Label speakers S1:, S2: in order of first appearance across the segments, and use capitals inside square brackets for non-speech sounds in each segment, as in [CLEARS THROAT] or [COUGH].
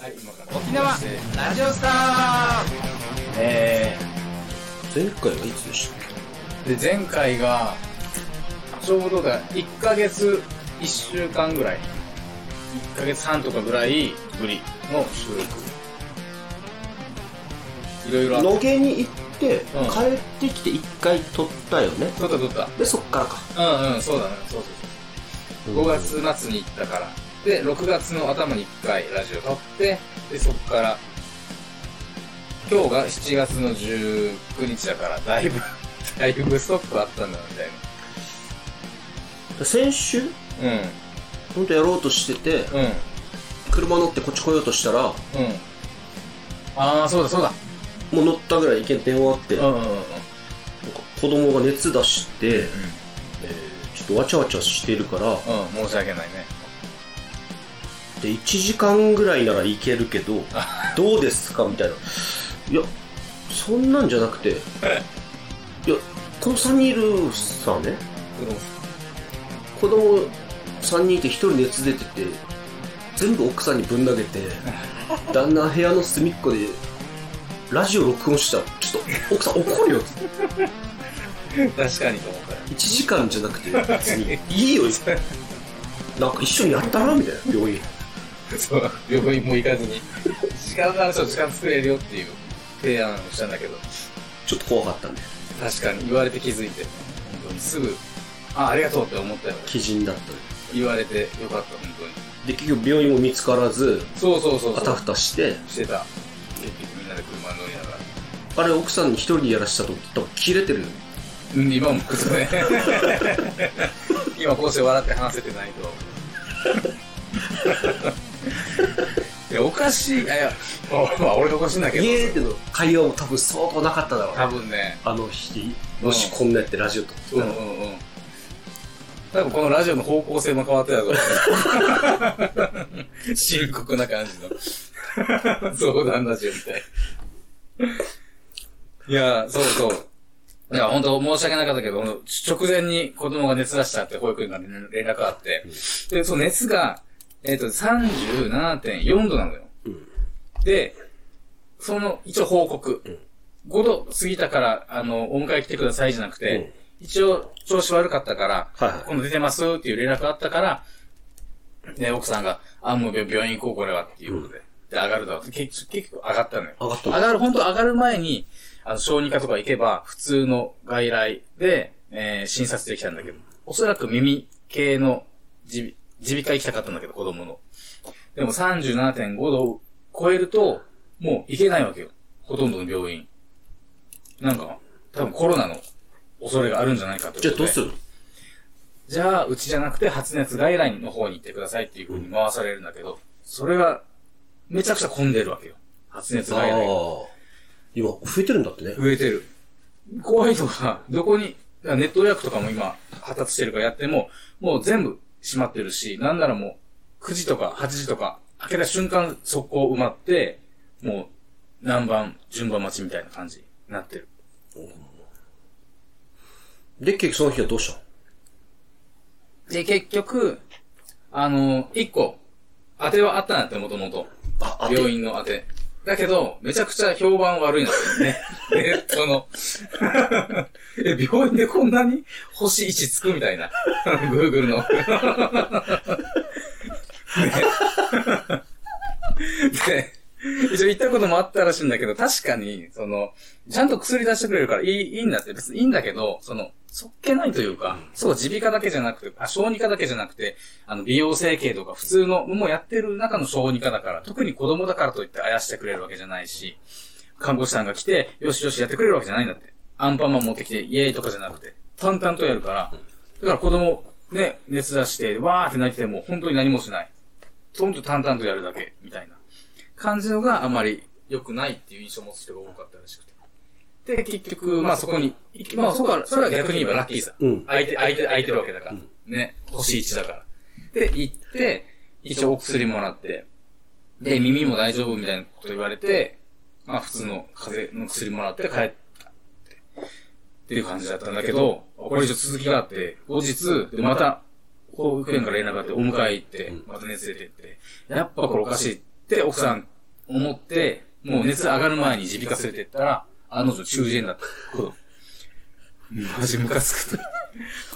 S1: はい、今から沖縄ラジオスターえ
S2: 前回はいつでしたっ
S1: ー、で、前回が、ちょうどだ、1ヶ月、1週間ぐらい、1ヶ月半とかぐらいぶりの収録。いろいろあ
S2: け
S1: っ
S2: 野毛に行って、
S1: ん
S2: 帰ってきて一回撮ったよね
S1: た。撮った撮った。
S2: でそっからか
S1: うんうん、そうだね。そうそうそう。5月末に行ったから。で、6月の頭に1回ラジオ撮って、で、そこから、今日が7月の19日だから、だいぶ、 [LAUGHS] だいぶストップあったんだみたい
S2: 先週
S1: な。
S2: 本当やろうとしてて
S1: うん、うん、
S2: 車乗ってこっち来ようとしたらも
S1: うん。あー、そうだそうだ。
S2: う乗ったぐらい意見電話あって、
S1: うん
S2: なんか
S1: うんうんうん。
S2: 子供が熱出して、えーちょっとわちゃわちゃしてるから、
S1: うん、申し訳ないね。
S2: で1時間ぐらいならいけるけ [LAUGHS] どどうですかみたいないやそんなんじゃなくていやこの3人いるさね子供3人いて1人熱出てて全部奥さんにぶん投げ [LAUGHS] て旦那部屋の隅っこでラジオ録音したらちょっと奥さん怒るよ
S1: 確かにと思ったよ。
S2: 1時間じゃなくて別にいいよなんか一緒にやったらみたいな病院
S1: そう、病院も行かずに、 [LAUGHS] 時間がある人時間作れるよっていう提案をしたんだけど、
S2: ちょっと怖かったんで
S1: 確かに言われて気づいて、本当にすぐ、あ、ありがとうって思ったよ。
S2: 鬼人だったんで
S1: 言われてよかった、本当に。
S2: で結局病院も見つからず
S1: そうそうそう
S2: あ
S1: そ
S2: た
S1: う。
S2: ふたして
S1: してた。結局みんなで車乗りながら。
S2: あれ奥さんに一人でやらしたと思ったら切れてるよ
S1: うん、今もくと
S2: [LAUGHS]
S1: ね。今こうして笑って話せてない
S2: [LAUGHS]
S1: と。いや、おかしい。あいや、まあ俺がおかしいんだけど。
S2: イエーっての会話も多分相当なかっただろうね
S1: 多分ね。
S2: あの日もしこんなやってラジオ撮って
S1: うんう
S2: たら、
S1: んうん。多分このラジオの方向性も変わってたぞ。深刻な感じの。 [LAUGHS] 相談ラジオみたい。いや、そうそう。いや、本当申し訳なかったけど、ほんと直前に子供が熱出したって保育園から連絡あって、で、その熱が、えっ、と、37.4度なのよ。
S2: うん
S1: で、その、一応報告。5度過ぎたから、あの、お迎え来てくださいじゃなくて、一応、調子悪かったから、
S2: はいはい
S1: 今度出てますっていう連絡があったから、ね、奥さんが、あ、もう病病院行こう、これは、っていうことで。で、上がるだろうって結結局上がったのよ。
S2: 上がったの
S1: 上がる、本当上がる前に、あの、小児科とか行けば、普通の外来で、えー診察できたんだけど、おそらく耳系の耳耳鼻科行きたかったんだけど、子供の。でも37.5度を超えると、もう行けないわけよ。ほとんどの病院。なんか、多分コロナの恐れがあるんじゃないかってこと
S2: じゃ
S1: で
S2: あどうするの
S1: じゃあ、うちじゃなくて発熱外来の方に行ってくださいっていう風に回されるんだけど、それが、めちゃくちゃ混んでるわけよ。発熱外来が。
S2: ああ今増えてるんだってね
S1: 増えてる。怖いのが、どこに、ネット予約とかも今、発達してるからやっても、もう全部閉まってるし、なんならもう、9時とか8時とか、開けた瞬間速攻埋まって、もう、何番、順番待ちみたいな感じになってる。
S2: で結局その日はどうしたの
S1: で、結局、あの、1個、当てはあったなって、もともと。
S2: ああ
S1: 病院の当て。だけど、めちゃくちゃ評判悪いんです
S2: [LAUGHS]
S1: よね。ネットの。 [LAUGHS] え、病院でこんなに星1つくみたいな。Google
S2: [LAUGHS]
S1: の。ねで、一応行ったこともあったらしいんだけど、確かに、その、ちゃんと薬出してくれるからいい、いいんだって、別にいいんだけど、その、そっけないというか、そう、耳鼻科だけじゃなくて、あ、小児科だけじゃなくて、あの、美容整形とか、普通の、もうやってる中の小児科だから、特に子供だからといってあやしてくれるわけじゃないし、看護師さんが来て、よしよしやってくれるわけじゃないんだって。アンパンマン持ってきて、イエーイとかじゃなくて、淡々とやるから、だから子供、ね、熱出して、わーって泣いてても、本当に何もしない。ほんと淡々とやるだけ、みたいな。感じのがあまり良くないっていう印象を持つ人が多かったらしくて。で、結局、まあそこに、行きまあそこは、それは逆に言えばラッキーさ。
S2: うん
S1: 空いて、空いて、空いてるわけだから。ね。星1だから。で、行って、一応お薬もらって、で、耳も大丈夫みたいなこと言われて、まあ普通の風邪の薬もらって帰ったって。っていう感じだったんだけど、これ以上続きがあって、後日、でまた、保育園から連絡があって、お迎え行って、また熱出てって、やっぱこれおかしいって奥さん思って、もう熱上がる前に耳鼻科連れてったら、案の定中耳炎だった。マジムカつく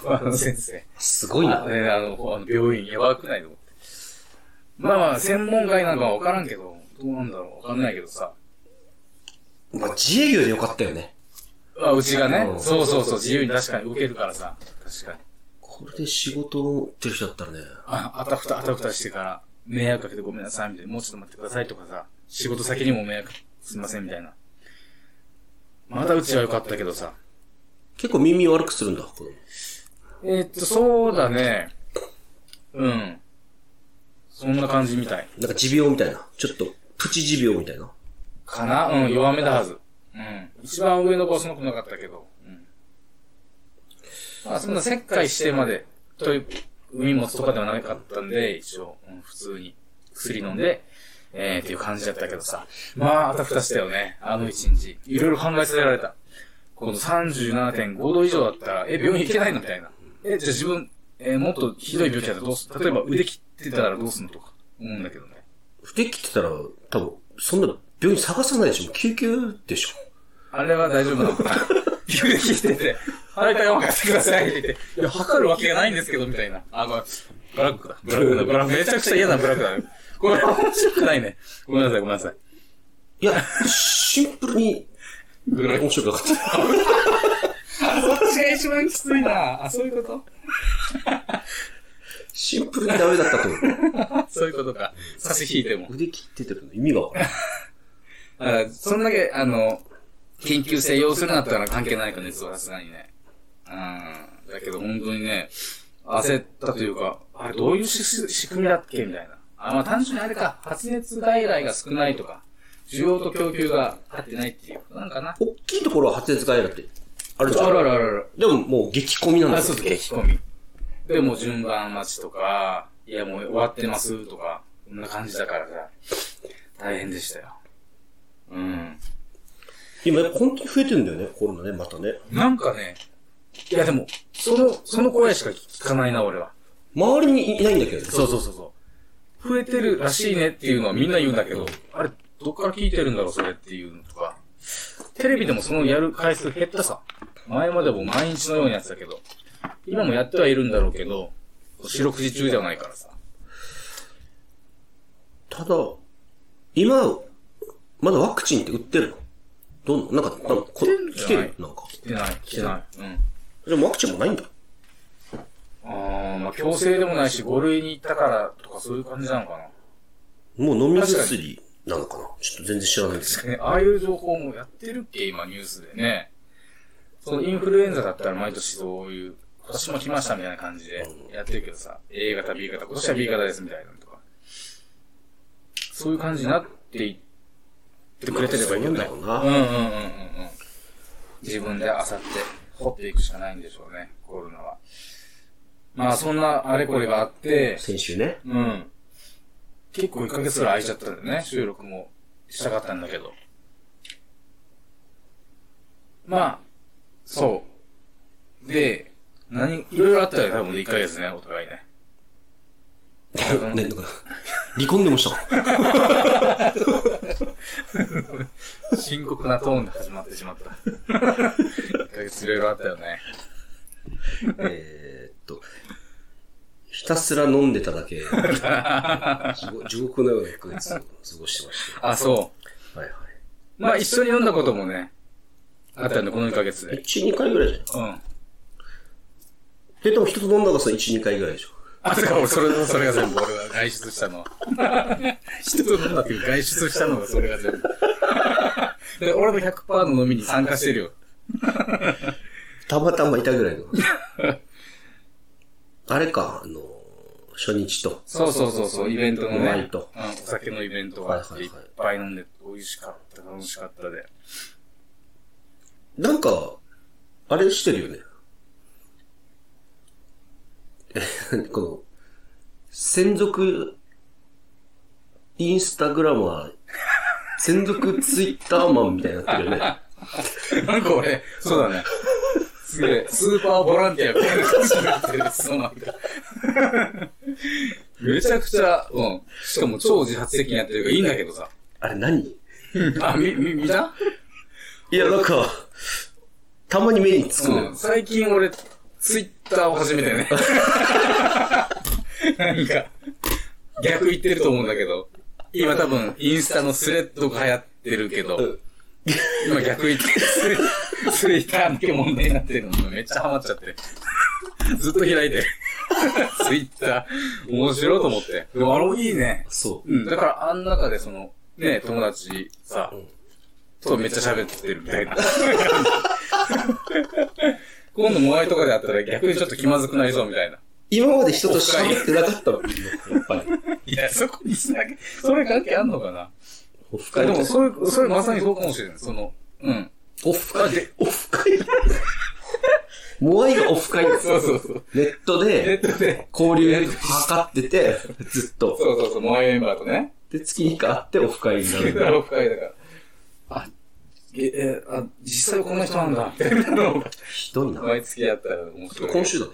S1: と。 [LAUGHS] あの先生。
S2: すごい
S1: あ
S2: な。
S1: ね、あの、こうあの病院やばくないと思って。まあまあ、専門外なんかはわからんけど、どうなんだろうわかんないけどさ。
S2: まあ、自営業でよかったよね。
S1: あ、うちがね
S2: う、ん
S1: そうそうそう、自由に確かに受けるからさ。確かに。
S2: これで仕事を持ってる人だったらね。
S1: あ、あたふた、あたふたしてから、迷惑かけてごめんなさい、みたいな。もうちょっと待ってくださいとかさ、仕事先にも迷惑、すいません、みたいな。まだうちは良かったけどさ。
S2: 結構耳悪くするんだ、子供
S1: えーっと、そうだね。うん。そんな感じみたい。
S2: なんか持病みたいな。ちょっと、プチ持病みたいな。
S1: かなうん、弱めだはず。うん。一番上の子はその子なかったけど。うん。まあ、そんな切開してまで、という、海もとかではなかったんで、一応、うん、普通に薬飲んで、えー、っていう感じだったけどさ。まあ、あたふたしたよね。あの一日。いろいろ考えさせられた。この37.5度以上だったら、え、病院行けないのみたいな。え、じゃあ自分、えーもっとひどい病気だったらどうす例えば腕切ってたらどうすんのとか、思うんだけどね。
S2: で切ってたら、多分、そんな病院探さないでしょ。救急でしょ。
S1: あれは大丈夫なのかな急に聞いてて、腹痛いわかってくださいって言って、いや、測るわけがないんですけど、みたいな。あ、まあ、ブラックだ。ブラックだ。ブラック。めちゃくちゃ嫌なブラックだね。これ面白くないね。ごめんなさい、ごめんなさい。
S2: いや、シンプルに、
S1: ブラック。
S2: 面白くなかった。
S1: あ、そっちが一番きついな。あ、そういうこと
S2: シンプルにダメだったと思う。
S1: あそういうことか。差し引いても。
S2: 腕切っててるの意味がわからない。
S1: あそんだけ、あの、緊急性要するなったら関係ないか、熱はさすがにね。うん。だけど本当にね、焦ったというか、あれどういうし仕組みだっけみたいな。あ、まあ単純にあれか、発熱外来が少ないとか、需要と供給が合ってないっていうことなんかな。
S2: 大きいところは発熱外来って、あるじゃん。
S1: あらららら。
S2: でももう激混みなん
S1: あ、
S2: だ
S1: そうそう、激込み。でもう順番待ちとか、いやもう終わってますとか、こんな感じだからさ、大変でしたよ。うん。
S2: 今やっぱ本当に増えてるんだよね、コロナね、またね。
S1: なんかね、いやでも、その、その声しか聞かないな、俺は。
S2: 周りにいないんだけどね。
S1: そうそうそうそう。増えてるらしいねっていうのはみんな言うんだけど、あれ、どっから聞いてるんだろう、それっていうのとか。テレビでもそのやる回数減ったさ。前までも毎日のようにやってたけど、今もやってはいるんだろうけど、四六時中ではないからさ。
S2: ただ、今、まだワクチンって売ってるのどうなのなんか、なんかこ
S1: 売ってんじ
S2: 来
S1: ゃ
S2: て
S1: ない
S2: るなんか。
S1: 来てない、来てない。うん。
S2: でもワクチンもないんだ。
S1: あー、まあ、強制でもないし、5類に行ったからとかそういう感じなのかな。
S2: もう飲み薬なのかなちょっと全然知らないですけ
S1: ね、ああいう情報もやってるっけ今ニュースでね。そのインフルエンザだったら毎年そういう、今年も来ましたみたいな感じでやってるけどさ、A 型、B 型、今年は B 型ですみたいなのとか。そういう感じになっていってくれてればいいよ
S2: ま
S1: ね
S2: あ。そううんな
S1: うんんう
S2: だろうん
S1: うんうんうん。自分で漁って掘っていくしかないんでしょうね、コロナは。まあそんなあれこれがあって
S2: ど。、先週ね。
S1: うん。結構1ヶ月ぐらい空いちゃったんだよね、収録もしたかったんだけど。まあ、そう。で、何、いろいろあったよ、多分1ヶ月ね、お互いね。ん
S2: ね、なんか、離婚で
S1: [LAUGHS]
S2: もしたから。
S1: [LAUGHS] 深刻なトーンで始まってしまった。1ヶ月いろいろあったよね。
S2: えーっと、ひたすら飲んでた
S1: [LAUGHS]
S2: だけ。地獄地獄のような1ヶ月を過ごしてまし
S1: あ、そ
S2: た。はいは
S1: う。まあ一緒に飲んだこともね、あったよね、この1ヶ月
S2: い。
S1: で。
S2: 1、2回ぐらいじゃん。
S1: うん。
S2: で、でも人と飲んだがさ、1、2回ぐらいでしょ。
S1: あ、だから俺、それ、それが全部、俺が外出したのは。人と飲んだけど外出したのが、それが全部。で俺も100%の飲みに参加してるよ。
S2: たまたまいたぐらいの。
S1: [LAUGHS]
S2: あれか、あの、初日と。
S1: そうそうそう、そうイベントのね。
S2: うまいと
S1: うん、お酒のイベントがあっ
S2: はい
S1: て、い
S2: は
S1: っ
S2: いは
S1: ぱ
S2: い
S1: い飲んで、美味しかった、楽しかったで。
S2: なんか、あれしてるよね。 [LAUGHS] えこの、専属、インスタグラマー、専属ツイッターマンみたいになっ
S1: [LAUGHS]
S2: てるよね。
S1: [LAUGHS] なんか俺、そうだね。すげえ、スーパーボランティアみたいな感じになってる、そう [LAUGHS] なんだ。めちゃくちゃ、うん。しかも超自発的にやってるからいいんだけどさ。
S2: あれ何
S1: [LAUGHS] あ、み、み、見た
S2: いや、なんか、たまに目につくの
S1: う
S2: よ
S1: ん。最近俺、ツイッターを始めて [LAUGHS] ね。なんか、逆言ってると思うんだけど、今多分、インスタのスレッドが流行ってるけど、
S2: うん
S1: 今逆言ってるスレ [LAUGHS] スレッダーだけ問題になってるのめっちゃハマっちゃって。ずっと開いて [LAUGHS] る。ツイッター、面白いと思って。でもあれいいね。
S2: そ
S1: うん、だからあん中でその、ね、友達さ、
S2: うん
S1: とめっちゃ喋ってるみたいな。今度モアイとかで会ったら逆にちょっと気まずくなりそうみたいな。
S2: 今まで人と喋ってなかったのやっぱり。
S1: [LAUGHS] いや、そこにつなげ、それ関係あんのかな
S2: オフ
S1: あ
S2: 会
S1: でも、
S2: でも、
S1: それ、それまさにそうかもしれない。その、うん。
S2: オフ会で、オフ会モアイがオフ会です
S1: そうそうそう。
S2: ネット
S1: ネッ
S2: で、
S1: トで、
S2: 交流測ってて、ずっと。
S1: そうそうそう、モアイメンバーとね。
S2: で、月に回ってオフ会にな
S1: だ
S2: るん
S1: か
S2: だ
S1: らオフ会だから。あ、え、え、あ、実際こんな人なんだ、みたいなのを
S2: ひどいな。
S1: 毎月やったら面白い。
S2: 今週だね。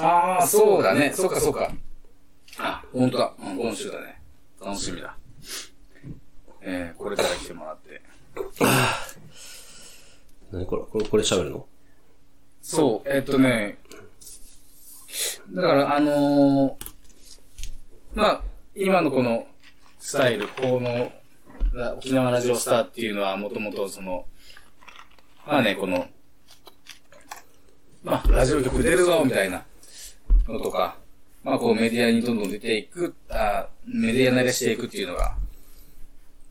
S1: ああ、そうだね。そうか、そうか。あ、ほんとだ。うん今週だね。楽しみだ。えー、これから来てもらって。
S2: 何これこれ、これ喋るの
S1: そう、えっとね、だから、あのーまあ、今のこのスタイル、この、ラ沖縄ラジオスターっていうのは、もともとその、まあね、この、まあ、ラジオ局出るぞ、みたいなのとか、まあ、こうメディアにどんどん出ていく、あメディア慣れしていくっていうのが、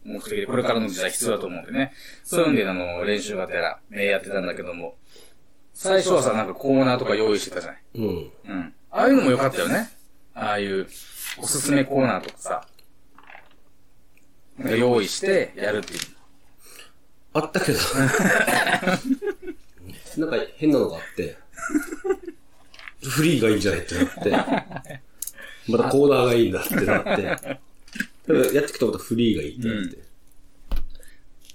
S1: 目的で、これからの時代必要だと思うんでね。そういうんで、あの、練習がてら、えーやってたんだけども、最初はさ、なんかコーナーとか用意してたじゃない。
S2: うん。
S1: うん。ああいうのも良かったよね。ああいう、おすすめコーナーとかさ、なんか用意してやるっていう。
S2: あったけど。 [LAUGHS] なんか変なのがあって、フリーがいいんじゃないってなって、またコーナーがいいんだってなって、だからやってきたことフリーがいいってなって、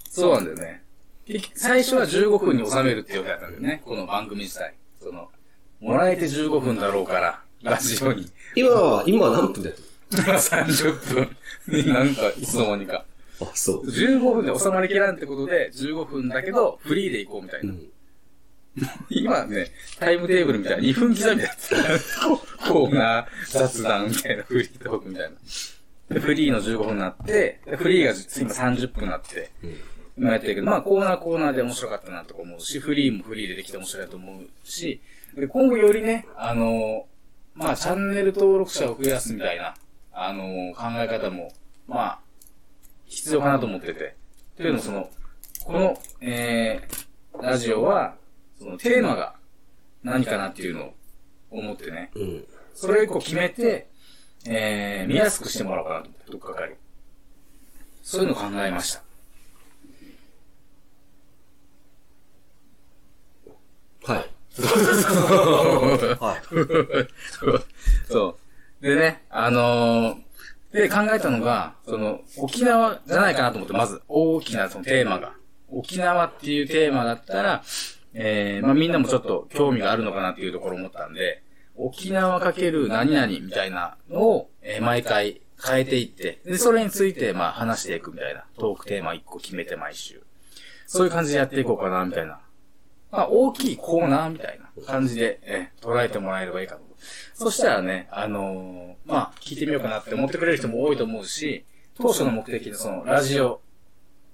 S1: そうなんだよね。い最初は15分に収めるっていう予定だったんだよね。この番組自体。その、もらえて15分だろうから、ラジオに。 [LAUGHS]
S2: 今は、今は何分だよ。
S1: 30分になんか、いつの間にか。
S2: あ、そう。
S1: 15分で収まりきらんってことで、15分だけど、フリーで行こうみたいうな。
S2: ん。
S1: 今ね、タイムテーブルみたいな、2分刻みだった。こコーナー、雑談みたいな、フリートークみたいな。でフリーの15分になって、でフリーが今30分になって、今やってるけど、まあコーナーコーナーで面白かったなとか思うし、フリーもフリーでできて面白いと思うし、で、今後よりね、あのまあチャンネル登録者を増やすみたいな、あの考え方も、まあ、必要かなと思ってて。というのもその、この、えー、ラジオは、そのテーマが何かなっていうのを思ってね。
S2: うん。
S1: それを一個決めて、えー、見やすくしてもらおうかなと思って、どっかかり。そういうのを考えました。
S2: はい。はい。
S1: そう。でね、あのーで、考えたのが、その、沖縄じゃないかなと思って、まず、大きなそのテーマが。沖縄っていうテーマだったら、えー、まあみんなもちょっと興味があるのかなっていうところ思ったんで、沖縄かける何々みたいなのを、えー毎回変えていって、で、それについて、まあ話していくみたいな、トークテーマ1個決めて毎週。そういう感じでやっていこうかな、みたいな。まあ、大きいコーナーみたいな感じで、えー捉えてもらえればいいかと。そしたらね、あのーまあ、聞いてみようかなって思ってくれる人も多いと思うし、当初の目的でその、ラジオ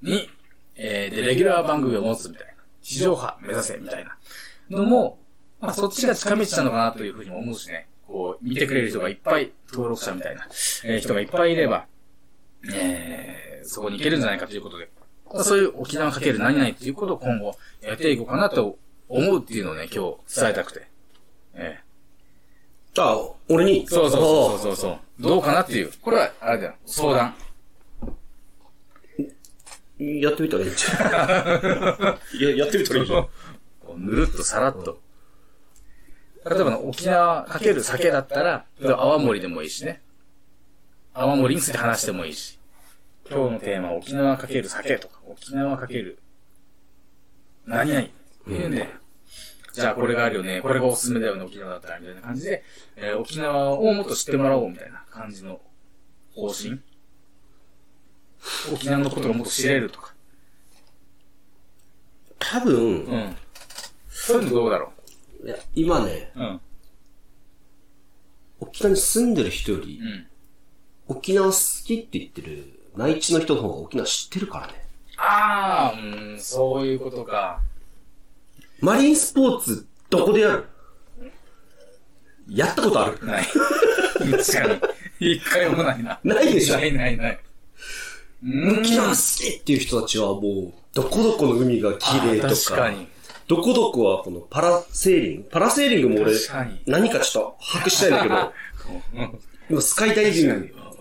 S1: に、えーで、レギュラー番組を持つみたいな、地上波目指せみたいなのも、まあ、そっちが近道なのかなというふうにも思うしね、こう、見てくれる人がいっぱい、登録者みたいな、えー人がいっぱいいれば、えーそこに行けるんじゃないかということで、まあそういう沖縄かける何々っていうことを今後やっていこうかなと思うっていうのをね、今日伝えたくて。え
S2: あ、俺に。
S1: ーそうそうそうそうそう。どうかなっていう。これは、あれだよ、相談。
S2: う。やってみたらいいんじゃ
S1: [LAUGHS]
S2: ん。や、やってみたらいいじゃん。
S1: こうぬるっとさらっと。例えばの沖縄かける酒だったら、泡盛でもいいしね。泡盛について話してもいいし。今日のテーマは沖縄かける酒とか、沖縄かける何々っていうんで、じゃあこれがあるよね、これがおすすめだよね、沖縄だったらみたいな感じで、えー沖
S2: [LAUGHS]
S1: 縄をもっと知ってもらおうみたいな感じの方針沖縄のことがもっと知れるとか。
S2: 多分、
S1: うん。そういうのどうだろ
S2: いや今ね、
S1: う。うん。
S2: 沖縄に住んでる人より
S1: う、ん。
S2: 沖縄好きって言ってる内地の人の方が沖縄知ってるからね。
S1: ああ、うん、そういうことか。
S2: マリンスポーツ、どこでやるやったことある
S1: ない。確かに。一回もないな。
S2: ないでしょ
S1: ないないない。う
S2: 沖縄好きっていう人たちはもう、どこどこの海が綺麗と
S1: あ
S2: か、
S1: ー確かに。
S2: どこどこはこのパラセーリング、パラセーリングも俺
S1: 確かに、
S2: 何かちょっと把握したいんだけど、
S1: うん
S2: 今スカイダイビン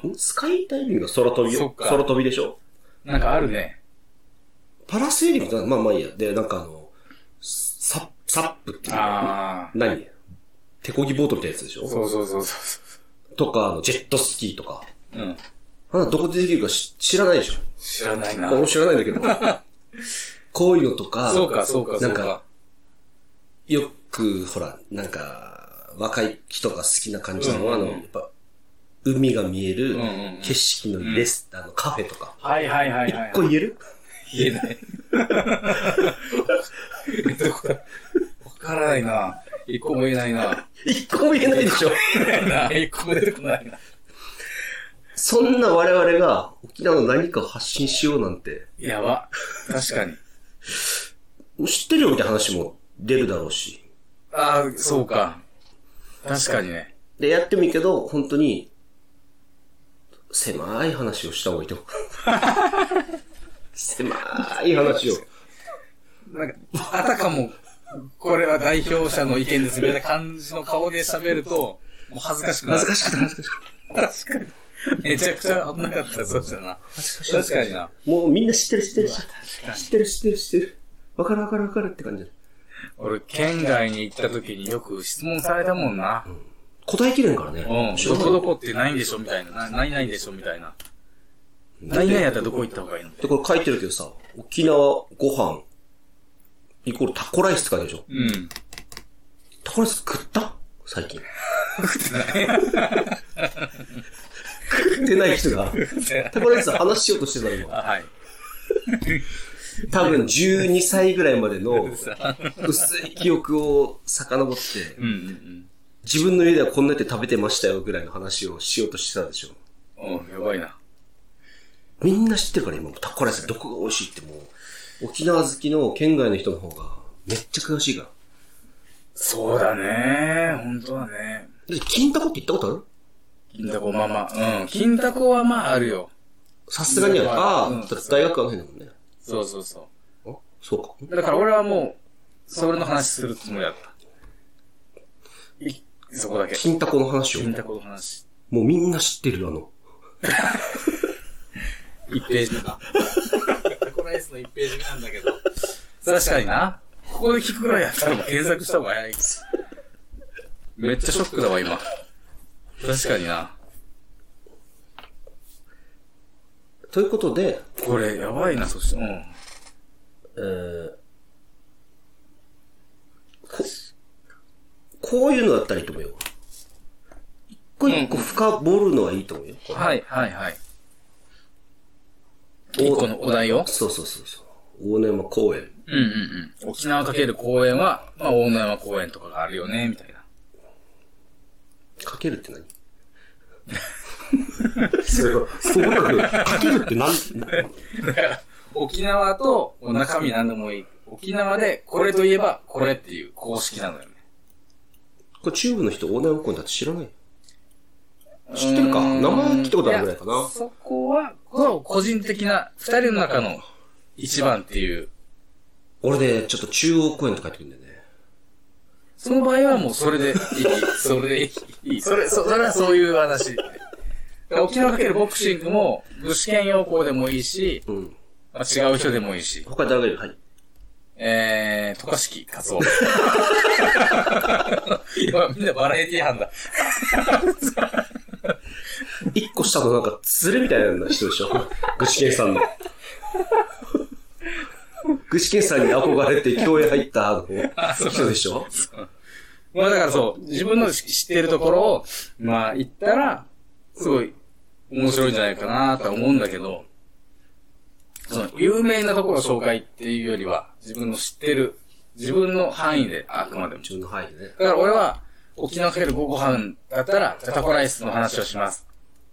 S2: グ、んスカイダイビングが空飛び
S1: そっ
S2: よ、
S1: か
S2: 空飛びでしょ
S1: なんかあるね。
S2: パラセーリングってまあまあいいや。で、なんかあの、ササップっていうの
S1: ああ。
S2: 何手漕ぎボートみたいなやつでしょ
S1: そうそうそうそ
S2: とか、あのジェットスキーとか。
S1: う。うん。
S2: あんなどこでできるかし知らないでしょ
S1: 知らないな。
S2: 俺も知らないん
S1: [LAUGHS]
S2: だけど。こういうのとか、
S1: そうか、そうか、そ
S2: なん
S1: う
S2: か
S1: か。、
S2: よく、ほら、なんか、若い人が好きな感じの、
S1: うん
S2: あの、やっぱ、海が見える
S1: うんうんうん
S2: 景色のレス、あの、カフェとか。
S1: はいはいはいはい。
S2: 一個言える
S1: 言えない。どこだわからないな。一個も言えないな。
S2: 一個も言えないでしょ
S1: [LAUGHS] 一個も出てこないな。
S2: そんな我々が沖縄の何かを発信しようなんて、
S1: やば。確かに。
S2: 知ってるよみたいな話も出るだろうし。
S1: ああ、そうか。確かにね。
S2: で、やってもいいけど、本当に、狭い話をした方がいいと [LAUGHS] 思う。狭い話を。
S1: なんか、あたかも、これは代表者の意見ですみたいな感じの顔で喋ると、もう恥ずかしくなる。
S2: 恥ずかしくて恥ずかしくて
S1: 確かに。めちゃくちゃ危なかった、そうしたな。確かにな。
S2: もうみんな知ってる知ってる知ってる。知ってる知ってる知ってる。わかるわかるわかるって感じだ
S1: 俺、県外に行った時によく質問されたもんな。
S2: 答えきれんからね。
S1: うん、
S2: 知ら
S1: ど
S2: ない
S1: こどこってないんでしょみたいな。なないないんでしょみたいな。ないないやったらどこ行った方がいいの
S2: で、これ書いてるけどさ、沖縄ご飯、イコールタコライスって書いてるでしょ。
S1: うん。
S2: タコライス食った最近。食ってない人が、タコライス話しようとしてた今。
S1: あ、はい。
S2: 多分12歳ぐらいまでの
S1: さ
S2: 薄い記憶を遡って
S1: う、んうん
S2: 自分の家ではこんなやって食べてましたよぐらいの話をしようとしてたでしょ。
S1: うん。うん、やばいな。
S2: みんな知ってるから今、タコライスどこが美味しいってもう、沖縄好きの県外の人の方がめっちゃ詳しいから。
S1: そうだね。本当だね。
S2: で、金タコって行ったことある
S1: 金タコまあまあ。うん。金タコはまああるよ。
S2: さすがにある。
S1: うん
S2: ああ、
S1: うん
S2: だって大学あの辺だもんね。
S1: そうそうそ
S2: あそうか。
S1: う。だから俺はもう、それの話するつもりだった。いそこだけ。
S2: 金タコの話を。
S1: 金タコの話。
S2: もうみんな知ってるよ、あの。
S1: 一ページとか。タコライスの一ページ目なんだけど。確かにな。ここで聞くぐらいやったらもう検索した方が早い。めっちゃショックだわ、今。確かにな。
S2: ということで、
S1: これ、やばいな、そして。うん。
S2: えー、こ、こういうのだったらいいと思うよ。一個一個深掘るのはいいと思うよ。
S1: はい、はい、はい。一個のお題を
S2: そうそうそうそう。大根山公園。
S1: うんうんうん。沖縄かける公園は、まあ、大野山公園とかがあるよね、みたいな。
S2: かける [LAUGHS] って何それは、そうなかけるって何
S1: だ
S2: [LAUGHS]
S1: から、沖縄と、もう中身何でもいい。沖縄で、これといえば、これっていう公式なのよね。
S2: これ中部の人、大根山公園だって知らない知ってるか
S1: うーん
S2: 名前聞いたことあるぐらいかな
S1: やそこは、そう個人的な、二人の中の一番っていう。
S2: 俺ね、ちょっと中央公園って書いてくるんだよね。
S1: その場合はもうそ [LAUGHS] れでいい。それでいい。それ、そそれはそういう話。 [LAUGHS] 沖縄かけるボクシングも、具志堅用高でもいいし、
S2: うん。
S1: まあ、違う人でもいいし、
S2: 他誰がいるはい。
S1: えー、渡嘉敷勝 [LAUGHS] 夫。今みんなバラエティ班だ。
S2: 一個下のなんか、ツレみたいな人でしょ具志堅さんの。具志堅さんに憧れて競泳入ったあの人でしょ
S1: まあだからそう、自分の知ってるところを、まあ行ったら、すごい面白いんじゃないかなとは思うんだけど、その、有名なところ紹介っていうよりは、自分の知ってる、自分の範囲で、あくまでも。
S2: 自分の範囲でね。
S1: だから俺は、沖縄かけるご飯だったら、じゃあタコライスの話をします。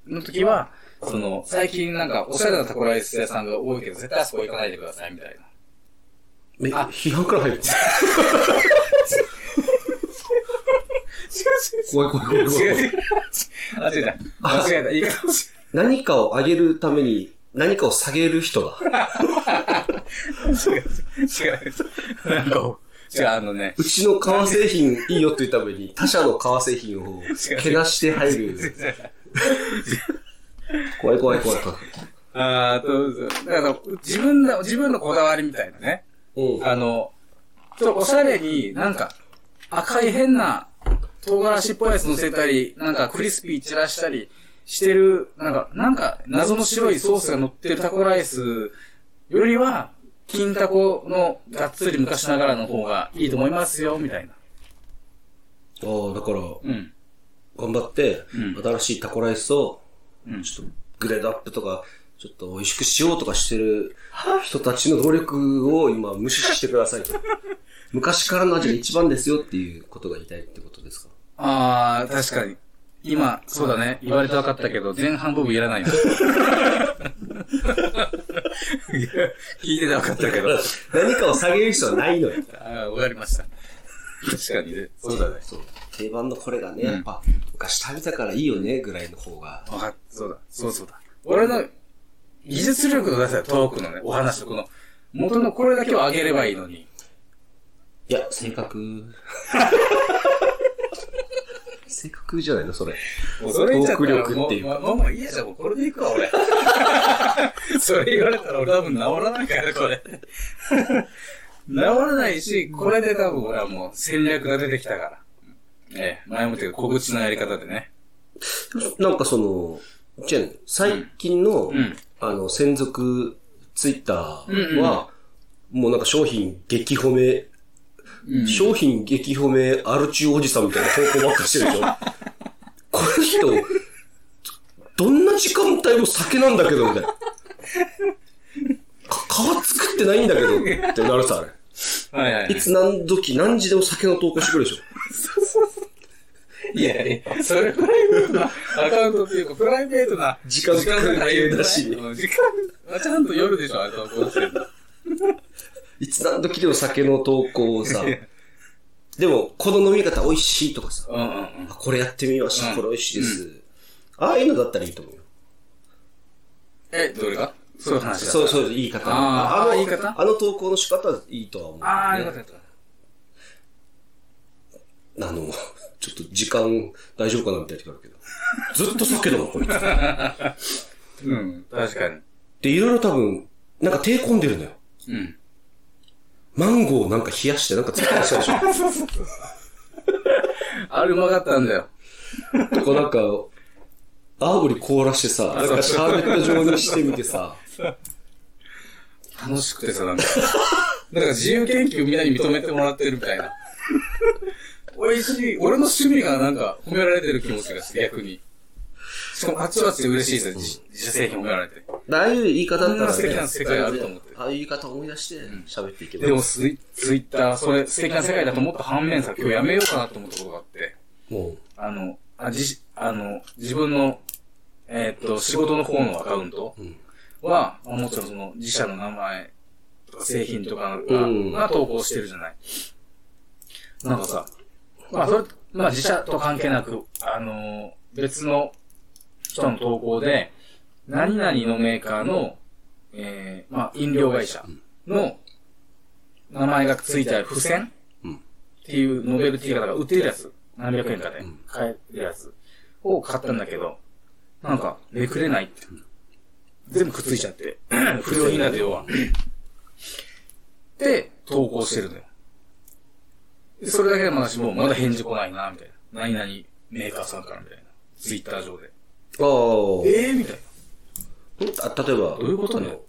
S1: の時は、その、最近なんか、おしゃれなタコライス屋さんが多いけど、絶対あそこ行かないでください、みたいな。
S2: え、
S1: あ
S2: 批判から入る。怖い怖い怖い怖
S1: [LAUGHS]
S2: い
S1: 違う違う。 [LAUGHS] 間違えた。間違えた。言い方をし
S2: [LAUGHS] 何かを上げるために何かを下げる人だ。
S1: 違う違う。違う。なんか、違う、あのね。
S2: うちの革製品いいよって言うために他社の革製品をけなして入る。怖い怖
S1: [LAUGHS]
S2: い怖い怖い。
S1: あーどうぞ。だから、自分の、自分のこだわりみたいなね。
S2: うん。
S1: あの、ちょっとおしゃれになんか、赤い変な唐辛子っぽいやつ乗せたり、なんかクリスピー散らしたりしてる、なんか、なんか謎の白いソースが乗ってるタコライスよりは、金タコのがっつり昔ながらの方がいいと思いますよ、みたいな。
S2: ああ、だから、
S1: うん。
S2: 頑張って、
S1: うん
S2: 新しいタコライスを、
S1: うん
S2: ちょっとグレードアップとか、ちょっと美味しくしようとかしてる人たちの努力を今無視してく
S1: [LAUGHS]
S2: ださいと。昔からの味が一番ですよっていうことが言いたいってことですか
S1: あー、確かに。今、そうだね。言われて分かったけど、前半部分いらないよ。 [LAUGHS] いや聞いてて分かったけど。
S2: 何かを下げる人はないのよ。
S1: あー、わかりました。確かにね。そうだね。
S2: そう。定番のこれがね、やっぱ、昔食べたからいいよねぐらいの方が。
S1: わかっそうだ。そうそうだ。俺の技術力の出せトークのね、お話とこの、元のこれだけを上げればいいのに。
S2: いや、性格。 [LAUGHS] 性格じゃないのそれ。
S1: もうそれ言っちゃったら
S2: トーク力っていう
S1: もう、もうもういいやじゃん、もうこれでいくわ、俺。 [LAUGHS] それ言われたら俺多分治らないから、これ。治らないし、これで多分俺はもう戦略が出てきたから。ええ、前もって小口のやり方でね。
S2: なんかその、じゃあ最近の、
S1: んうん
S2: あの、専属ツイッタ
S1: うんう
S2: ー
S1: ん
S2: は、もうなんか商品激褒め、
S1: うん
S2: 商品激褒めアルチューおじさんみたいな投稿ばっ
S1: [LAUGHS]
S2: かしてるでしょこの人、どんな時間帯も酒なんだけど、みたいな。か皮作ってないんだけど、ってなるさ、あれ。
S1: はいはいはい
S2: いつ何時何時でも酒の投稿してくるでしょ。
S1: いやいや、それプライベートなアカウントっていうか、プライベートな
S2: 時間
S1: の
S2: 関係だし
S1: うん時間はちゃんと夜でしょ、あれ投稿してるの。
S2: いつ何時でも酒の投稿をさ、でも、この飲み方美味しいとかさ、
S1: うんうんうん。
S2: あこれやってみまし
S1: うん
S2: た、これ美味しいです。ああいうのだったらいいと思うよ。
S1: え、どれがそういう話だ。
S2: そうそう、言い方。
S1: ああ
S2: の
S1: ああ言い方
S2: あの投稿の仕方はいいとは思う、ね。
S1: ああ、よかったよかっ
S2: あの、ちょっと時間大丈夫かなみたいな時あるけど。ずっと酒だな、こいつ。
S1: た。うん、確かに。
S2: で、いろいろ多分、なんか手込んでるのよ。
S1: うん。
S2: マンゴーなんか冷やしてなんかつけたりしたで
S1: [LAUGHS]
S2: しょ。
S1: あれうまかったんだよ。
S2: とかなんか、青森凍らしてさ、なんかシャーベット状にしてみてさ、
S1: 楽しくてさ、なんか。なんか自由研究みんなに認めてもらってるみたいな。美味しい。俺の趣味がなんか褒められてる気持ちがして、逆に。しかもあっちはあっちで嬉しいですよ、自自社製品褒められて。
S2: ああいう言い方だっ
S1: こ
S2: たら、
S1: んな素敵な世界あると思って
S2: ああいう言い方を思い出して喋っていけばい
S1: で
S2: い。
S1: もツイ、ツイッター、それ素敵な世界だと思った反面さ、今日やめようかなと思ったことがあって、
S2: もう、
S1: あの、あじあの自分の、えーっと、仕事の方のアカウント
S2: うん
S1: は、まあもちろんその自社の名前とか製品とかが,、
S2: うん
S1: が投稿してるじゃない。なんかさ、まあそれ、まあ自社と関係なく、あの、別の人の投稿で、何々のメーカーの、えー、まあ飲料会社の名前がついた付箋
S2: うん
S1: っていうノベルティーがだから売ってるやつ、何百円かで
S2: うん
S1: 買えるやつを買ったんだけど、なんか、めくれないって。全部くっついちゃって。 [CLEARS THROAT] 不良品なんで要は。で、投稿してるのよ。でそれだけでも私もうまだ返事来ないな、みたいな。何々メーカーさんからみたいな。ツイッター上で。
S2: あ
S1: ええみたいな。
S2: あ、例えば、
S1: どういうことね
S2: あの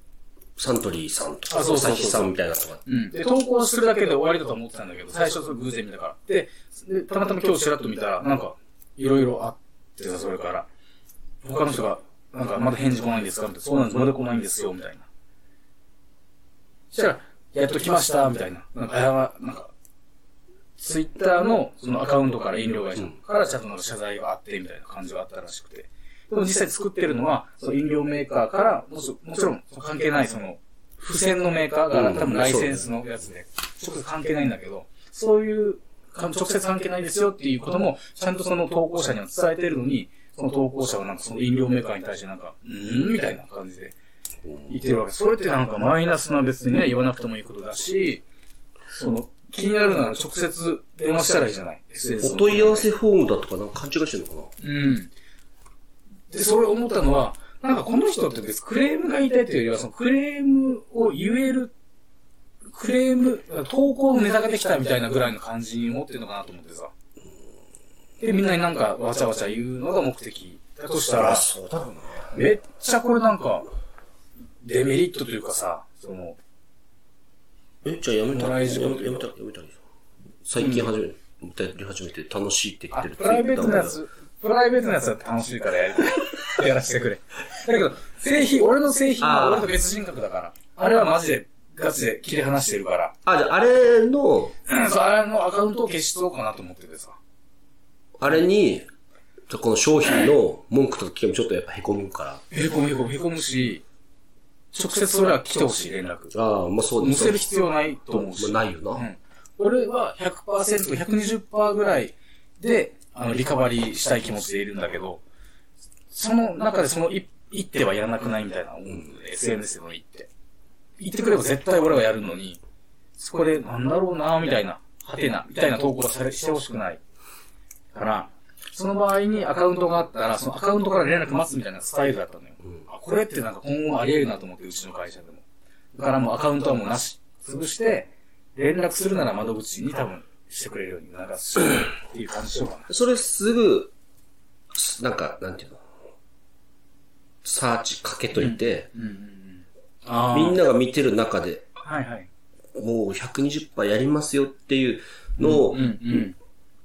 S2: サントリーさんとか、
S1: あそうそうそう
S2: アサヒさんみたいなのが。
S1: うん。で、投稿するだけで終わりだと思ってたんだけど、最初それ偶然見たから。で、でたまたま今日ちらっと見たら、なんか、いろいろあってさ、それから。他の人が、なんか、まだ返事来ないんですかみたいな。そうなんです、まだ来ないんですよ、みたいな。したら、やっと来ました、みたいな。なんか、謝なんか、ツイッターのそのアカウントから飲料会社からちゃんとなんか謝罪があって、みたいな感じがあったらしくて。でも実際作ってるのは、その飲料メーカーから、もちもちろんその関係ないその、付箋のメーカーが
S2: うん
S1: 多分ライセンスのやつで、直接関係ないんだけど、そういう、か直接関係ないですよっていうことも、ちゃんとその投稿者には伝えてるのに、その投稿者はなんかその飲料メーカーに対してなんか、うーんみたいな感じで言ってるわけ。それってなんかマイナスな別にね、言わなくてもいいことだし、その、気になるなら直接電話したらいいじゃない。SNS
S2: お問い合わせフォームだとかなんか勘違いしてるのか
S1: うん。で、それ思ったのは、なんかこの人って別にクレームが言いたいというよりは、そのクレームを言える、クレーム、投稿のネタができたみたいなぐらいの感じに持ってるのかなと思ってさ。で、みんなになんかわちゃわちゃ言うのが目的だとした
S2: な
S1: ら、
S2: そうだろうな。
S1: めっちゃこれなんか、デメリットというかさ、その、
S2: え、じゃあやめた
S1: も
S2: ら、
S1: らい
S2: や
S1: 事
S2: め
S1: 故
S2: たら、やめたら、やめたらいいじゃん最近始め、歌り始めて楽しいって言っ
S1: あ
S2: てる
S1: プライベートなや
S2: Twitter
S1: つ、プライベートなやつだって楽しいからやりたい。やらせてくれ。だけど、製品、俺の製品
S2: あ
S1: は
S2: ー
S1: 俺と別人格だから。あれはマジで、ガチで切り離してるから。
S2: あ、じゃああれの、
S1: そう、あれのアカウントを消しそうかなと思っててさ。
S2: あれに、じゃあこの商品の文句とか聞けばちょっとやっぱ凹むから。
S1: へこむへこむへこむし、直接それは来てほしい連絡。
S2: ああ、まあそうで
S1: 載
S2: す
S1: せる必要ないと思うし。
S2: まあないよな。
S1: うん。俺は100%、120%ぐらいで、あの、リカバリーしたい気持ちでいるんだけど、その中でその一一手はやらなくないみたいな思うんだよね SNS の一手。言ってくれば絶対俺はやるのに、そこでなんだろうなみたいな、はてな、みたいな投稿はされしてほしくない。から、その場合にアカウントがあったら、そのアカウントから連絡待つみたいなスタイルだったのよ。あ、これってなんか今後あり得るなと思って、うちの会社でも。だからもうアカウントはもうなし。潰して、連絡するなら窓口に多分してくれるように促すっていう感じしようかな。
S2: それすぐ、すなんか、なんていうの、サーチかけといて、
S1: うんうんうん。あ
S2: みんなが見てる中で、
S1: はいはい。
S2: もう120%やりますよっていうのを
S1: うんうん。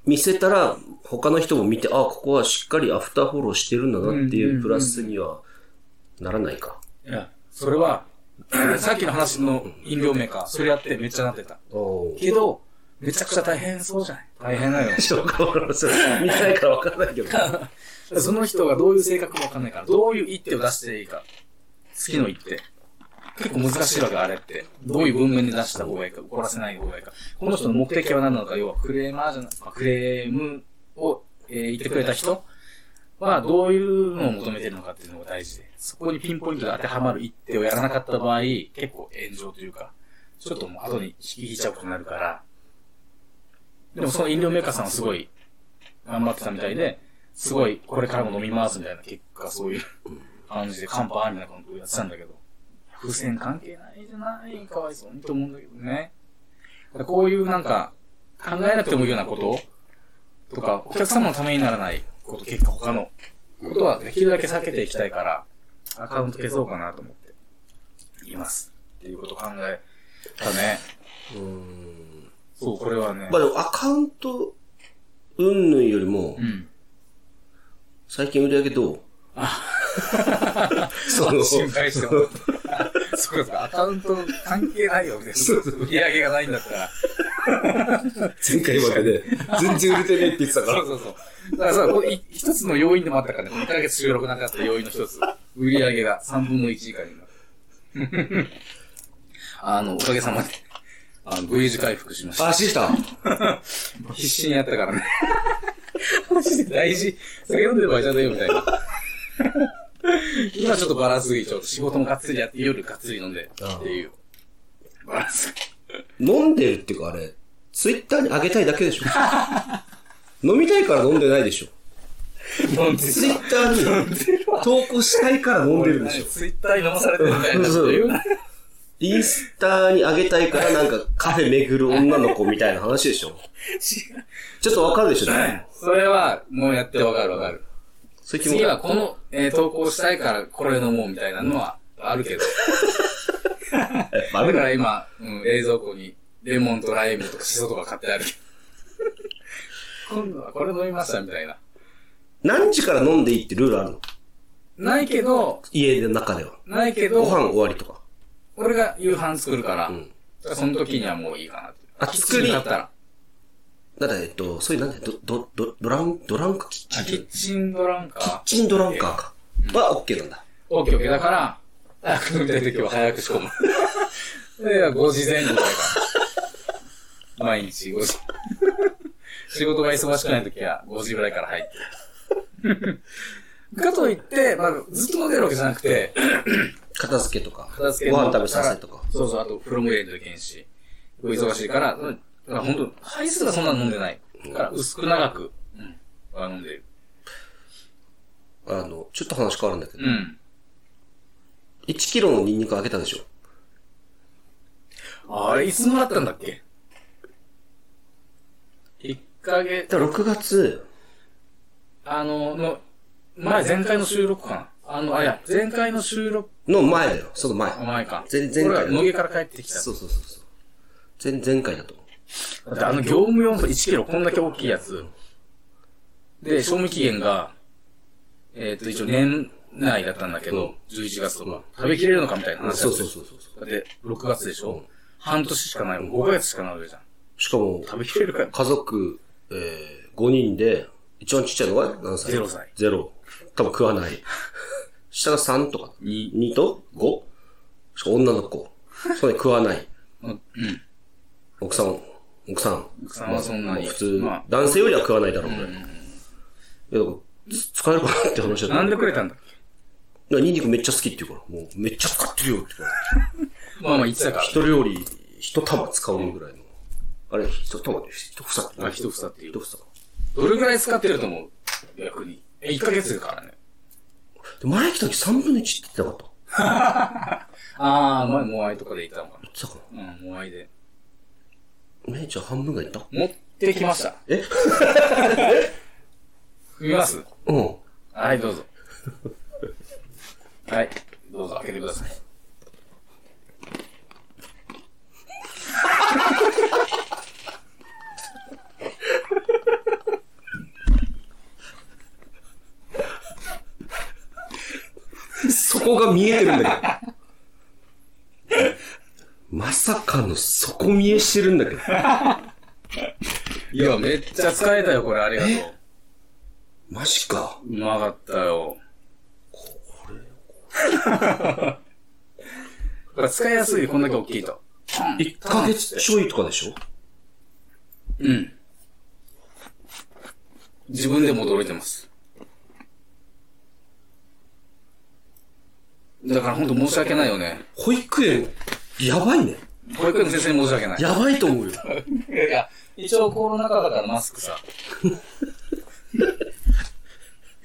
S2: 見せたら、他の人も見て、あ、ここはしっかりアフターフォローしてるんだなっ
S1: う
S2: て
S1: んうんう
S2: い
S1: ん
S2: うプラスにはならないか。
S1: いや、それは、 [CLEARS THROAT] さっきの話の飲料メーカー、それやってめっちゃなってた。
S2: お
S1: [LAUGHS]
S2: ー
S1: けど、めちゃくちゃ大変そうじゃない大変だよ。
S2: ちょっとわからんそれ見てないからわからないけど。
S1: その人がどういう性格かわかんないから、どういう一手を出していいか。次の一手。結構難しいわけ、あれって。どういう文面で出した方がいいか、怒らせない方がいいか。この人の目的は何なのか、要はクレーマーじゃなくクレームを、えー言ってくれた人はどういうのを求めてるのかっていうのが大事で、そこにピンポイントで当てはまる一手をやらなかった場合、結構炎上というか、ちょっともう後に引き引いちゃうことになるから、でもその飲料メーカーさんはすごい頑張ってたみたいで、すごい、これからも飲みますみたいな結果、そういう感じで、カンパーみたいなことやってたんだけど、風船関係ないじゃない、かわいそうにと思うんだけどね。だからこういうなんか、考えなくてもいいようなこととか、お客様のためにならないこと、結果他のことはできるだけ避けていきたいから、アカウント消そうかなと思って、います。っていうことを考えたね。
S2: うーん
S1: そう、これはね
S2: ま。あでもアカウント、うんぬんよりも
S1: う、ん。
S2: 最近売り上げどう [LAUGHS] その
S1: 心配してもらった。そうですか、アカウント関係ないよ、みたいな。売り上げがないんだったら。
S2: 前回までで、全然売れてねえって言ってた
S1: そうそうそう。だからさ、これい一つの要因でもあったからね、2ヶ月収録なかった要因の一つ。売り上げが3分の1以下になる。あの、おかげさまで、あの、V 字回復しました。
S2: あ、シスター。
S1: 必死にやったからね。マジで大事。酒飲んでる場合じゃないよ、みたいな。今ちょっとバランスいい。ちょっと仕事もがっつりやって、夜がっつり飲んで、っていう。バランス。
S2: 飲んでるっていうかあれ、ツイッターに上げたいだけで [LAUGHS] しょ。飲みたいから飲んでないでしょ。
S1: 飲んで
S2: ツイッター [LAUGHS] に投稿したいから飲んでるでしょ。
S1: ツイッターに飲まされてるみたいなこと言うな。
S2: インスタに上げたいからなんかカフェ巡る女の子みたいな話でしょ。ちょっとわかるでしょ、
S1: それは、もうやってわかるわかる。
S2: そういう気持
S1: 次
S2: ち
S1: はこの、えー投稿したいからこれ飲もうみたいなのはあるけど。
S2: え
S1: だ
S2: 悪い
S1: から今、うん、冷蔵庫にレモンとライムとかシソとか買ってある。今度はこれ飲みましたみたいな。
S2: 何時から飲んでいいってルールあるの
S1: ないけど、
S2: 家の中では。
S1: ないけ
S2: ご
S1: ど、
S2: 飯終わりとか。
S1: 俺が夕飯作るから、
S2: うん
S1: その時にはもういいかなって。
S2: あ
S1: キッチンだったら。
S2: だから、えっと、そういう、なんだ、ど、ど、ど、ドラン、ドランカキッ
S1: あキ
S2: チン
S1: ッチンドランカ
S2: キッ
S1: ー。
S2: チンドランカーか。は、オッケーなんだ。
S1: オッケーオッケー。だから、早く飲みたい時は早く仕込 [LAUGHS] む。いや、5時前後だから。毎日5時。仕事が忙しくない時は5時ぐらいから入って。かといって、まあ、ずっと飲んでるわけじゃなくて、
S2: 片付けとか。
S1: 片付け
S2: ご
S1: の
S2: 飯食べさせとか。
S1: そうそう、あと風呂も入れんといけんし、忙しいから、うんだから本当杯数がそんな飲んでない。だから薄く長く、うん、は飲んでる。
S2: あの、ちょっと話変わるんだけど。
S1: うん。
S2: 1キロのニンニクあげたでしょ。
S1: あれ、いつもらったんだっけ ?1 ヶ月、
S2: だから6月、
S1: あの、の、前、前回の収録かなあの、あ、いや、前回の収録
S2: の前だよ。その前。
S1: 前か。
S2: 前前回
S1: 俺が野毛から帰ってきた。
S2: そうそうそうそう。前、前回だと思
S1: だ
S2: う。
S1: ってあの業務用の1キロこんだけ大きいやつ。で、賞味期限が、えっ、と、一応年内だったんだけど、11月とか、食べきれるのかみたいな話だった
S2: そうそうそうそ
S1: だ
S2: う。
S1: って、6月でしょ、半年しかない。5ヶ月しかないわけじゃん。
S2: しかも、
S1: 食べきれるか
S2: 家族、えー、5人で、一番ちっちゃいのが何歳
S1: ゼロ歳。
S2: ゼロ。多分食わない。下が3とか。
S1: に、
S2: 2と 5? しかも女の子。そんなに食わない。
S1: うん。
S2: 奥さん、奥さん。
S1: 奥さんはそんなに
S2: まあ普通、
S1: まあ
S2: 男性よりは食わないだろう、これ。いや、だからつ使えるかなって話だった。
S1: なん
S2: だ
S1: で
S2: か
S1: くれたんだっけ
S2: らニンニクめっちゃ好きって言うから、もうめっちゃ使ってるよって言うから。
S1: まあまあ言ってたから。
S2: 一料理、一玉使うぐらいの。あれ、一玉で一房って。
S1: あ一房っていう
S2: 一房。
S1: どれぐらい使ってると思う逆に。え、1ヶ月だからね。
S2: で、前来た時3分の1って言ってなかった。
S1: あー、前、モアイとかで行ったのか
S2: 言ってたか
S1: な。うん、モアイで。
S2: な。姉ちゃん半分がいった
S1: 持ってきました。
S2: え
S1: 見ます
S2: うん。
S1: はい、どうぞ。 [LAUGHS] はい、どうぞ開けてください。
S2: そこが見えてるんだけど。 [LAUGHS] まさかの底見えしてるんだけど。
S1: いや、めっちゃ使えたよ、これ、ありがと
S2: マジか。
S1: う。うまかったよ。 [LAUGHS] これ、使いやすい、こんだけ大きいと。
S2: 1ヶ月ちょいとかでしょ
S1: うん。自分でも驚いてます。だから本当申し訳ないよね。
S2: 保育園、やばいね。
S1: 保育園の先生に申し訳ない。
S2: やばいと思うよ。
S1: いやいや、一応コロナ禍だからマスクさ。
S2: い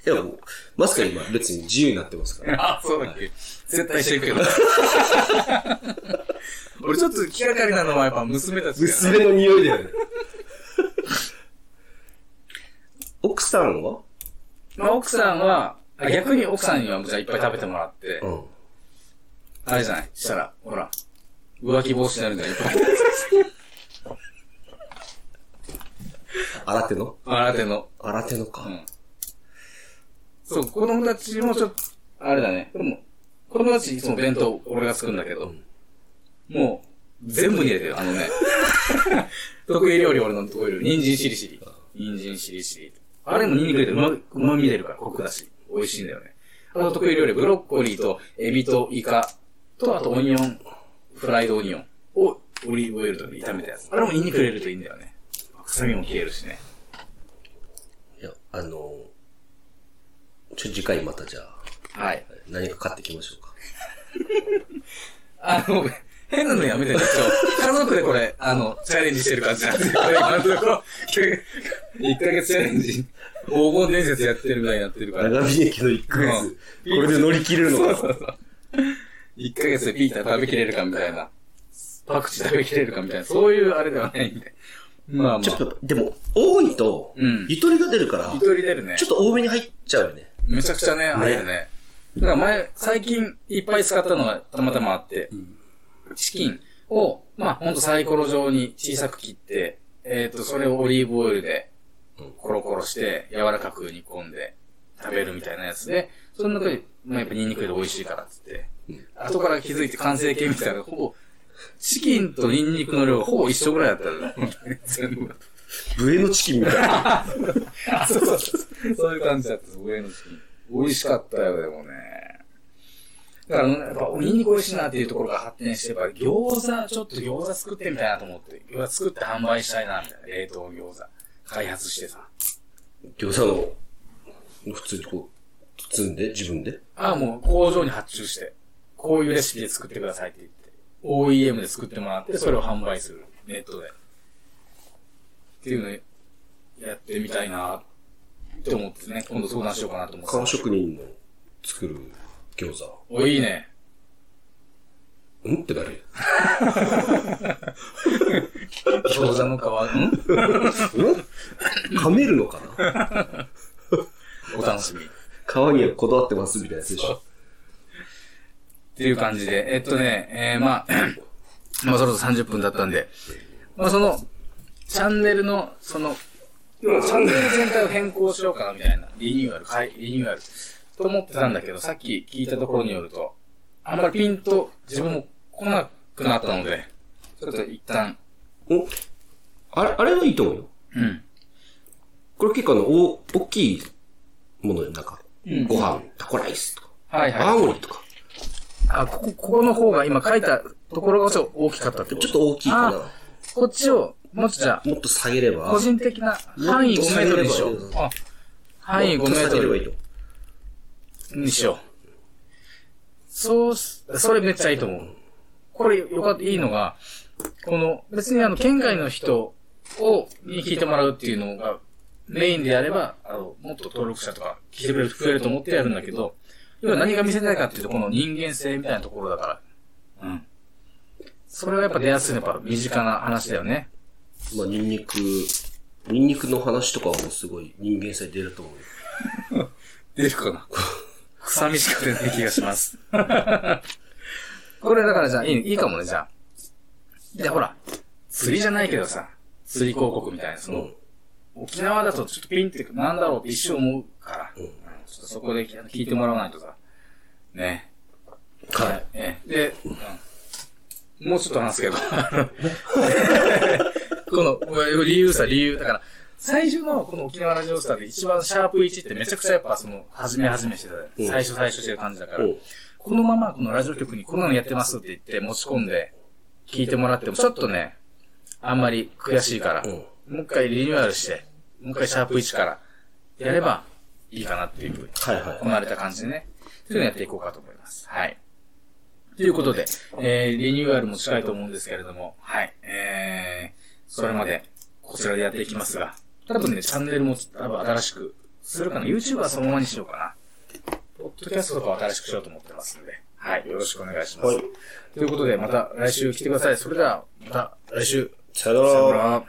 S2: や、もう、マスクは今別に自由になってますから。
S1: あ、そうだっけ。絶対してるけど。 [LAUGHS] 俺ちょっと気がかりなのはやっぱ娘たちだよね
S2: 娘の匂いだよ [LAUGHS] ね。奥さんは
S1: まあ奥さんは、あ逆に奥さんにはじゃあいっぱい食べてもらって、
S2: うん。
S1: あれじゃないしたら、ほら、浮気防止になるんだよ、いっぱい。
S2: 新手の
S1: 新手の。
S2: 新手のか。
S1: うんそう、子供たちもちょっと、あれだね。でも、子供たちいつも弁当俺が作るんだけど、もう、全部に入れてる、あの [LAUGHS] ね。得意料理俺の得意料理。人参しりしり。人参しりしり。あれもニンニク入れてうま、うまみ出るから、コクだし。美味しいんだよね。あの得意料理、ブロッコリーと、エビとイカと、あとオニオン、フライドオニオンをオリーブオイルとかで炒めたやつ。あれもニンニク入れるといいんだよね。臭みも消えるしね。
S2: いや、あのーちょ、次回またじゃあ、
S1: はい。
S2: 何か買ってきましょうか。
S1: あの、変なのやめてね、 [LAUGHS] 今日。家族でこれ、あの、チャレンジしてる感じなんで、これ今のと [LAUGHS] ころ、1ヶ月チャレンジ、黄金伝説やってるぐらいになってるから。
S2: 長引きの1ヶ
S1: う
S2: 月
S1: ん、
S2: これで乗り切れるのか。
S1: そうそうそう。1ヶ月でピーター食べきれるかみたいな。パクチー食べきれるかみたいな。そういうあれではないんで。まあまあ。
S2: ち
S1: ち
S2: ょ
S1: ょ
S2: っ
S1: っ
S2: と、でも、多いと
S1: うん、
S2: ゆとりが出るから、
S1: と、一人出るね
S2: ちょ。っと多めに入っちゃうよね。
S1: めちゃくちゃね、入るね。だから前、最近いっぱい使ったのがたまたまあって、チキンを、まあほんとサイコロ状に小さく切って、えっ、と、それをオリーブオイルでコロコロして柔らかく煮込んで食べるみたいなやつで、その中で、まあやっぱニンニクで美味しいからっつって、後から気づいて完成形みたいな、ほぼ、チキンとニンニクの量がほぼ一緒ぐらいだったよ [LAUGHS] ね。全部。
S2: ブエのチキンみたいな。
S1: あ、そうそうそう。そういう感じだった、上のチキン。美味しかったよ、でもね。だから、やっぱ、ニンニク美味しいなっていうところが発展して、やっぱ、餃子、ちょっと餃子作ってみたいなと思って、餃子作って販売したいな、みたいな。冷凍餃子。開発してさ。
S2: 餃子の、普通にこう、包んで、自分で。
S1: ああ、もう工場に発注して、こういうレシピで作ってくださいって言って、OEM で作ってもらって、それを販売する。ネットで。っていうのやってみたいなって思ってね、今度相談しようかなと思って
S2: 缶
S1: た。
S2: 職人の作る餃子。
S1: お、いいね。
S2: うんってなる
S1: 餃子の皮、ん
S2: よ。うん噛めるのかな
S1: お楽しみ。っ
S2: 皮にはこだわってますみたいなやつでしょ。
S1: ていう感じで。えっとね、えー、まあ、 [CLEARS THROAT] まあそろそろ30分だったんで、まあその、チャンネルの、その、要はチャンネル全体を変更しようかなみたいな、リニューアル、はい、リニューアル、と思ってたんだけど、さっき聞いたところによると、あんまりピンと自分も来なくなったので、ちょっと一旦、
S2: おあれ、あれはいいと思うよ。
S1: うん。
S2: これ結構あの、お、大きいものよ。なんか、
S1: うん
S2: ご飯、タコライスとか、
S1: はいはい。
S2: 青森とか。
S1: あ、ここ、ここの方が今書いたところがちょっと大きかったってこ
S2: ち
S1: と
S2: ょっと大きいか
S1: あこっちを、もうちょっとじゃあ
S2: な。もっと下げれば。
S1: 個人的な範囲5メートルにしよう。あ範囲5
S2: もっと
S1: メー
S2: 下げ
S1: ト
S2: ればいい
S1: ル
S2: と思う。
S1: にしよう。そうす、それめっちゃいいと思う。これよかった、いいのが、この、別にあの、県外の人を、に聞いてもらうっていうのが、メインでやれば、あの、もっと登録者とか、聞いてくれる、増えると思ってやるんだけど、今何が見せたいかっていうと、この人間性みたいなところだから。うん。それがやっぱ出やすいのはやっぱ身近な話だよね。
S2: まあ、ニンニク、ニンニクの話とかはもうすごい人間性出ると思うよ。
S1: 出るかな臭みしか出ない気がします。 [LAUGHS] これだからじゃあ、いい、いいかもね、じゃあ。で、ほら、釣りじゃないけどさ、釣り広告みたいな、その、沖縄だとちょっとピンって、なんだろうって一生思うから、
S2: うん
S1: ちょっとそこで聞聞いてもらわないとさ、ね。
S2: は
S1: ねで、うんもうちょっと話すけど、この、これ理由さ、理由。だから、最初のこの沖縄ラジオスターで一番シャープ1ってめちゃくちゃやっぱその、始め始めしてた、
S2: うん
S1: 最初最初してる感じだから、
S2: い。うん。
S1: このままこのラジオ局にこんなのやってますって言って持ち込んで、聞いてもらってもちょっとね、あんまり悔しいから、
S2: うん
S1: もう一回リニューアルして、もう一回シャープ1からやればいいかなっていう。
S2: はいはい。
S1: 生まれた感じでね、そういうのやっていこうかと思います。はい。ということで、えー、リニューアルも近いと思うんですけれども、はい。えー、それまで、こちらでやっていきますが、多分ね、チャンネルも多分新しくするかな。YouTube はそのままにしようかな。ポッドキャストとかは新しくしようと思ってますんで、はい。よろしくお願いします。
S2: はい
S1: ということで、また来週来てください。それでは、また来週。
S2: さよな
S1: さよな。
S2: ら
S1: ら。